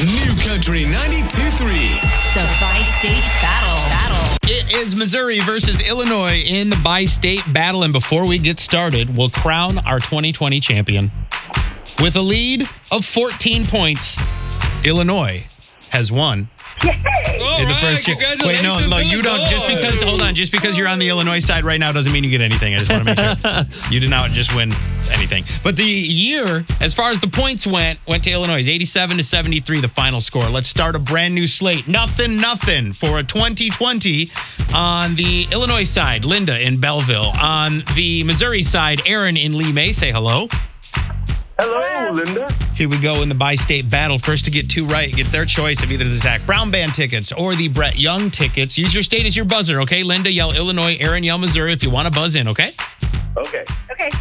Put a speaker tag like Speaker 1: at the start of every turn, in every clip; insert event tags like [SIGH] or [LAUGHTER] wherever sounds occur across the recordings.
Speaker 1: New Country 92.3.
Speaker 2: The bi-state battle. Battle.
Speaker 3: It is Missouri versus Illinois in the bi state battle. And before we get started, we'll crown our 2020 champion. With a lead of 14 points, Illinois has won. in the first year. Wait, no, no, you don't. Just because, hold on, just because you're on the Illinois side right now doesn't mean you get anything. I just want to make sure you did not just win anything. But the year, as far as the points went, went to Illinois, 87 to 73, the final score. Let's start a brand new slate. Nothing, nothing for a 2020 on the Illinois side. Linda in Belleville. On the Missouri side, Aaron in Lee May. Say hello.
Speaker 4: Hello, Linda.
Speaker 3: Here we go in the by state battle. First to get two right gets their choice of either the Zach Brown Band tickets or the Brett Young tickets. Use your state as your buzzer, okay? Linda, yell Illinois, Aaron, yell Missouri if you want to buzz in, okay?
Speaker 4: Okay.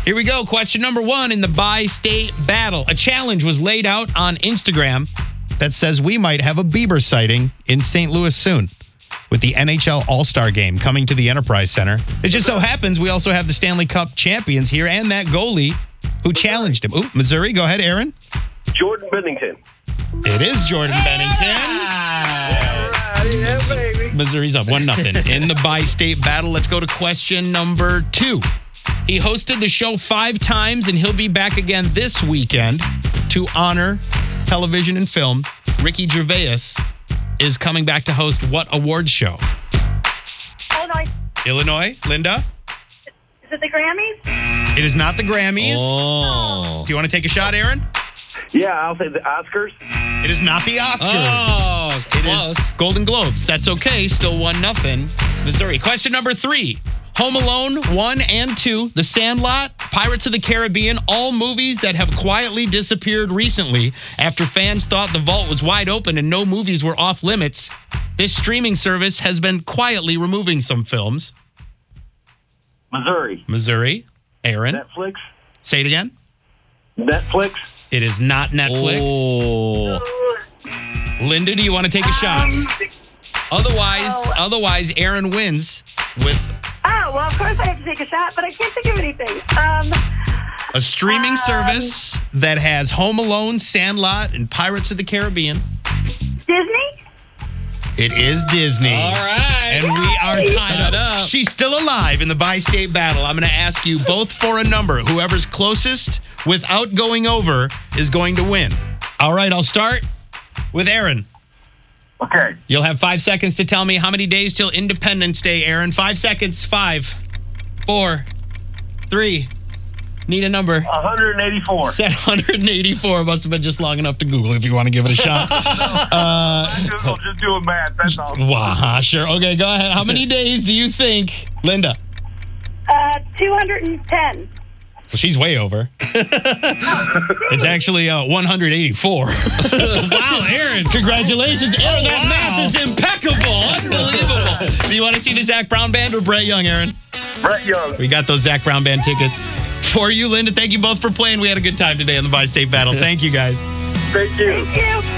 Speaker 3: Here we go. Question number one in the by state battle. A challenge was laid out on Instagram that says we might have a Bieber sighting in St. Louis soon with the NHL All Star game coming to the Enterprise Center. It just so happens we also have the Stanley Cup champions here and that goalie who challenged him. Ooh, Missouri, go ahead, Aaron.
Speaker 4: Jordan Bennington.
Speaker 3: It is Jordan Bennington.
Speaker 4: Alrighty, yeah, baby.
Speaker 3: Missouri's up one
Speaker 5: [LAUGHS]
Speaker 3: nothing in the bi-state battle. Let's go to question number two. He hosted the show five times, and he'll be back again this weekend to honor television and film. Ricky Gervais is coming back to host what award show?
Speaker 5: Illinois.
Speaker 3: Illinois, Linda.
Speaker 5: Is it the Grammys?
Speaker 3: It is not the Grammys. Do you want to take a shot, Aaron?
Speaker 4: Yeah, I'll say the Oscars.
Speaker 3: It is not the Oscars.
Speaker 6: Oh,
Speaker 3: It is
Speaker 6: close.
Speaker 3: Golden Globes. That's okay. Still one nothing. Missouri. Question number three. Home Alone one and two, The Sandlot, Pirates of the Caribbean, all movies that have quietly disappeared recently after fans thought the vault was wide open and no movies were off limits. This streaming service has been quietly removing some films.
Speaker 4: Missouri.
Speaker 3: Missouri, Aaron,
Speaker 4: Netflix.
Speaker 3: say it again.
Speaker 4: Netflix.
Speaker 3: It is not Netflix.
Speaker 6: Oh.
Speaker 3: Linda, do you want to take a shot?
Speaker 6: Um,
Speaker 3: Otherwise,
Speaker 6: oh.
Speaker 3: otherwise, Aaron wins with
Speaker 5: Oh, well, of course I have to take a shot, but I can't think of anything. Um,
Speaker 3: a streaming
Speaker 5: Um,
Speaker 3: service that has Home Alone, Sandlot, and Pirates of the Caribbean.
Speaker 5: Disney?
Speaker 3: It is Disney.
Speaker 6: All right.
Speaker 3: And we are tied
Speaker 6: Tied
Speaker 3: up.
Speaker 6: up.
Speaker 3: She's still alive in the bi state battle. I'm going to ask you both for a number. Whoever's closest without going over is going to win. All right, I'll start with Aaron.
Speaker 4: Okay.
Speaker 3: You'll have five seconds to tell me how many days till Independence Day, Aaron. Five seconds. Five, four, three. Need a number.
Speaker 4: 184.
Speaker 3: Said 184 must have been just long enough to Google if you want to give it a shot.
Speaker 4: Google, just doing math. That's all.
Speaker 3: Wow, sure. Okay, go ahead. How many days do you think, Linda?
Speaker 5: Uh, 210.
Speaker 3: Well, she's way over. it's actually uh, 184. [LAUGHS] wow, Aaron. Congratulations. Aaron, that math is impeccable. Unbelievable. do you want to see the Zach Brown Band or Brett Young, Aaron?
Speaker 4: Brett Young.
Speaker 3: We got those Zach Brown Band tickets for you, Linda. Thank you both for playing. We had a good time today on the Bi State Battle. Thank you, guys.
Speaker 4: Thank you.
Speaker 5: Thank you.